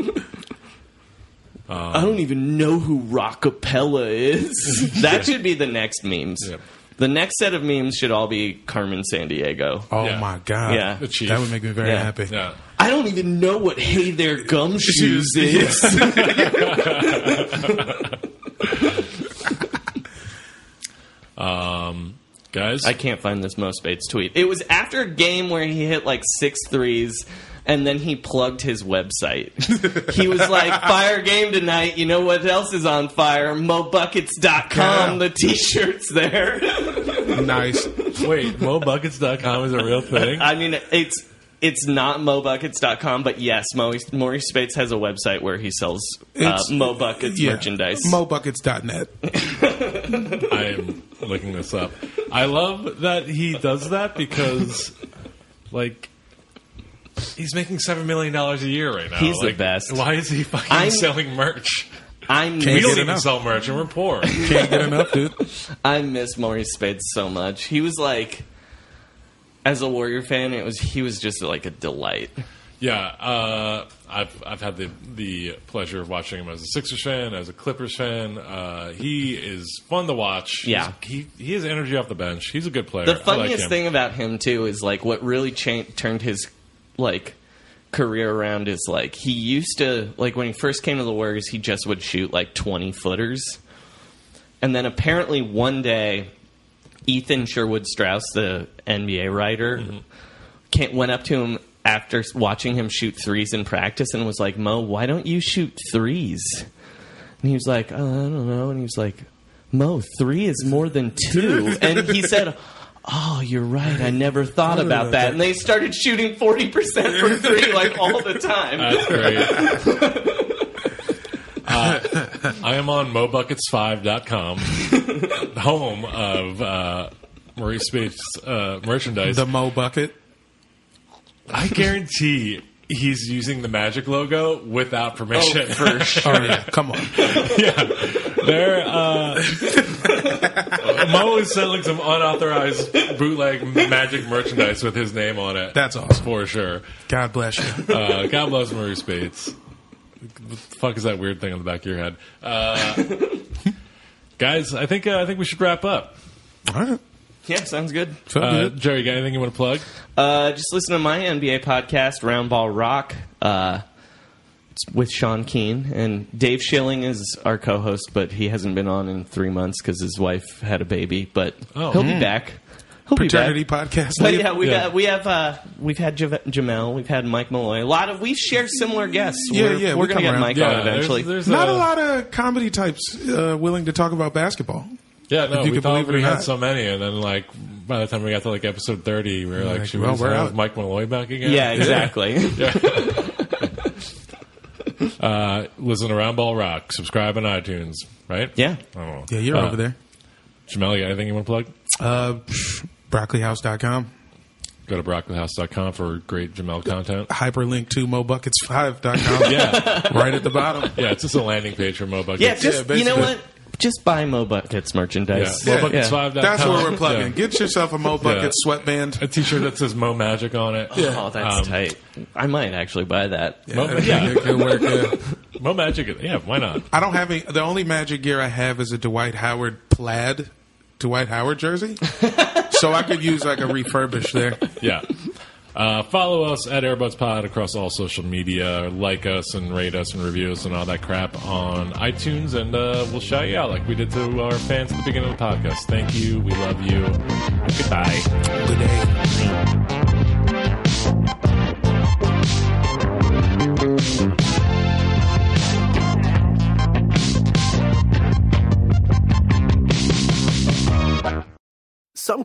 [SPEAKER 2] i don't even know who rockapella is that should be the next memes
[SPEAKER 1] Yep.
[SPEAKER 2] the next set of memes should all be carmen san diego
[SPEAKER 5] Oh
[SPEAKER 1] Yeah.
[SPEAKER 5] my god.
[SPEAKER 2] Yeah.
[SPEAKER 1] The Chief.
[SPEAKER 5] That would make me very
[SPEAKER 2] Yeah.
[SPEAKER 5] happy.
[SPEAKER 1] yeah.
[SPEAKER 2] i don't even know what hey there gumshoes is
[SPEAKER 1] Guys,
[SPEAKER 2] I can't find this Mo Spates tweet. It was after a game where he hit like six threes and then he plugged his website. he was like, Fire game tonight. You know what else is on fire? MoBuckets.com. The t shirt's there.
[SPEAKER 5] Nice.
[SPEAKER 1] wait, mobuckets.com is a real thing.
[SPEAKER 2] I mean, it's. It's not MoBuckets.com, but yes, Mo, Maurice Spates has a website where he sells uh,
[SPEAKER 5] It's-
[SPEAKER 2] MoBuckets
[SPEAKER 5] Yeah.
[SPEAKER 2] merchandise.
[SPEAKER 5] Mobuckets.net.
[SPEAKER 1] I am looking this up. I love that he does that because, like, he's making seven million dollars a year right now.
[SPEAKER 2] He's the
[SPEAKER 1] Like,
[SPEAKER 2] best.
[SPEAKER 1] Why is he fucking
[SPEAKER 2] I'm-
[SPEAKER 1] selling merch?
[SPEAKER 2] I
[SPEAKER 1] We
[SPEAKER 2] miss,
[SPEAKER 1] don't even
[SPEAKER 5] enough.
[SPEAKER 1] sell merch, and we're poor.
[SPEAKER 5] Can't get enough, dude.
[SPEAKER 2] I miss Maurice Spade so much. He was like, as a Warrior fan, it was he was just like a delight.
[SPEAKER 1] Yeah, uh, I've I've had the the pleasure of watching him as a Sixers fan, as a Clippers fan. Uh, he is fun to watch.
[SPEAKER 2] Yeah.
[SPEAKER 1] He's- he he has energy off the bench. He's a good player.
[SPEAKER 2] The
[SPEAKER 1] I like
[SPEAKER 2] funniest
[SPEAKER 1] him.
[SPEAKER 2] thing about him too is like what really cha- turned his like career around is like he used to like when he first came to the Warriors, he just would shoot like twenty footers, and then apparently one day, Ethan Sherwood Strauss, the NBA writer,
[SPEAKER 1] Mm-hmm.
[SPEAKER 2] came, went up to him after s- watching him shoot threes in practice and was like, "Mo, why don't you shoot threes? And he was like, oh, I don't know. And he was like, Mo, three is more than two. And he said, Oh, you're right. I never thought about that. And they started shooting 40% from three, like all the time.
[SPEAKER 1] That's great. uh, I am on mobuckets5.com, home of uh, Maurice Spade's uh, merchandise.
[SPEAKER 5] The Mo Bucket.
[SPEAKER 1] I guarantee he's using the magic logo without permission.
[SPEAKER 2] For
[SPEAKER 5] Oh,
[SPEAKER 2] sure.
[SPEAKER 5] yeah. Come on.
[SPEAKER 1] There, uh, Mo is selling some unauthorized bootleg magic merchandise with his name on it.
[SPEAKER 5] That's awesome.
[SPEAKER 1] for sure.
[SPEAKER 5] God bless you.
[SPEAKER 1] Uh, God bless Maurice Spates. What the fuck is that weird thing on the back of your head, uh, guys? I think uh, I think we should wrap up.
[SPEAKER 5] All right.
[SPEAKER 2] Yeah, sounds good.
[SPEAKER 5] So
[SPEAKER 1] Uh,
[SPEAKER 5] good.
[SPEAKER 1] Jerry, got anything you want to plug?
[SPEAKER 2] Uh, just listen to my NBA podcast, Roundball Rock. Uh, it's with Sean Keen and Dave Schilling is our co-host, but he hasn't been on in three months because his wife had a baby. But
[SPEAKER 1] Oh.
[SPEAKER 2] he'll be back. He'll
[SPEAKER 5] Paternity
[SPEAKER 2] be back.
[SPEAKER 5] podcast.
[SPEAKER 2] But yeah, we
[SPEAKER 1] Yeah.
[SPEAKER 2] have we have uh, we've had Jav- Jamel, we've had Mike Malloy. A lot of we share similar guests.
[SPEAKER 5] Yeah,
[SPEAKER 2] we're,
[SPEAKER 5] yeah,
[SPEAKER 2] we're
[SPEAKER 5] we
[SPEAKER 2] gonna
[SPEAKER 5] come
[SPEAKER 2] get
[SPEAKER 5] around.
[SPEAKER 2] Mike on
[SPEAKER 1] Yeah,
[SPEAKER 2] eventually.
[SPEAKER 1] there's, there's
[SPEAKER 5] Not a lot of comedy types uh, willing to talk about basketball.
[SPEAKER 1] Yeah, no,
[SPEAKER 5] If you
[SPEAKER 1] we
[SPEAKER 5] could
[SPEAKER 1] thought
[SPEAKER 5] believe it or
[SPEAKER 1] we had
[SPEAKER 5] not.
[SPEAKER 1] so many, and then like by the time we got to like episode thirty, we were like,
[SPEAKER 5] Like,
[SPEAKER 1] should we
[SPEAKER 5] well,
[SPEAKER 1] just
[SPEAKER 5] we're
[SPEAKER 1] have
[SPEAKER 5] out.
[SPEAKER 1] Mike Malloy back again?
[SPEAKER 2] yeah, exactly.
[SPEAKER 1] Uh, listen to Roundball Rock. Subscribe on iTunes, right?
[SPEAKER 2] Yeah.
[SPEAKER 1] Oh.
[SPEAKER 5] Yeah, you're
[SPEAKER 1] Uh,
[SPEAKER 5] over there.
[SPEAKER 1] Jamel, you got anything you want to plug?
[SPEAKER 5] Uh, psh, broccolihouse.com.
[SPEAKER 1] Go to broccolihouse.com for great Jamel content.
[SPEAKER 5] Hyperlink to mobuckets5.com.
[SPEAKER 1] Yeah.
[SPEAKER 5] Right at the bottom.
[SPEAKER 1] Yeah, it's just a landing page for Mo Buckets.
[SPEAKER 2] yeah, just you know
[SPEAKER 5] basically.
[SPEAKER 2] what? Just buy Mo Buckets
[SPEAKER 1] yeah.
[SPEAKER 2] merchandise.
[SPEAKER 5] Yeah.
[SPEAKER 1] Mobuckets five dot
[SPEAKER 5] That's
[SPEAKER 1] com.
[SPEAKER 5] where we're plugging.
[SPEAKER 1] Yeah.
[SPEAKER 5] Get yourself a Mo Bucket
[SPEAKER 1] Yeah.
[SPEAKER 5] sweatband.
[SPEAKER 1] A t shirt that says Mo Magic on it.
[SPEAKER 2] Oh, that's
[SPEAKER 1] Um,
[SPEAKER 2] tight. I might actually buy that.
[SPEAKER 1] Mo,
[SPEAKER 5] That'd be
[SPEAKER 1] yeah.
[SPEAKER 5] good work, yeah.
[SPEAKER 1] Mo Magic. is- Yeah, why not?
[SPEAKER 5] I don't have any. The only magic gear I have is a Dwight Howard plaid Dwight Howard jersey. so I could use like a refurbish there.
[SPEAKER 1] yeah. Uh, follow us at Airbuds Pod across all social media. Like us and rate us and review us and all that crap on iTunes. And uh, we'll shout you out like we did to our fans at the beginning of the podcast. Thank you. We love you. Goodbye.
[SPEAKER 5] Good day.
[SPEAKER 6] Some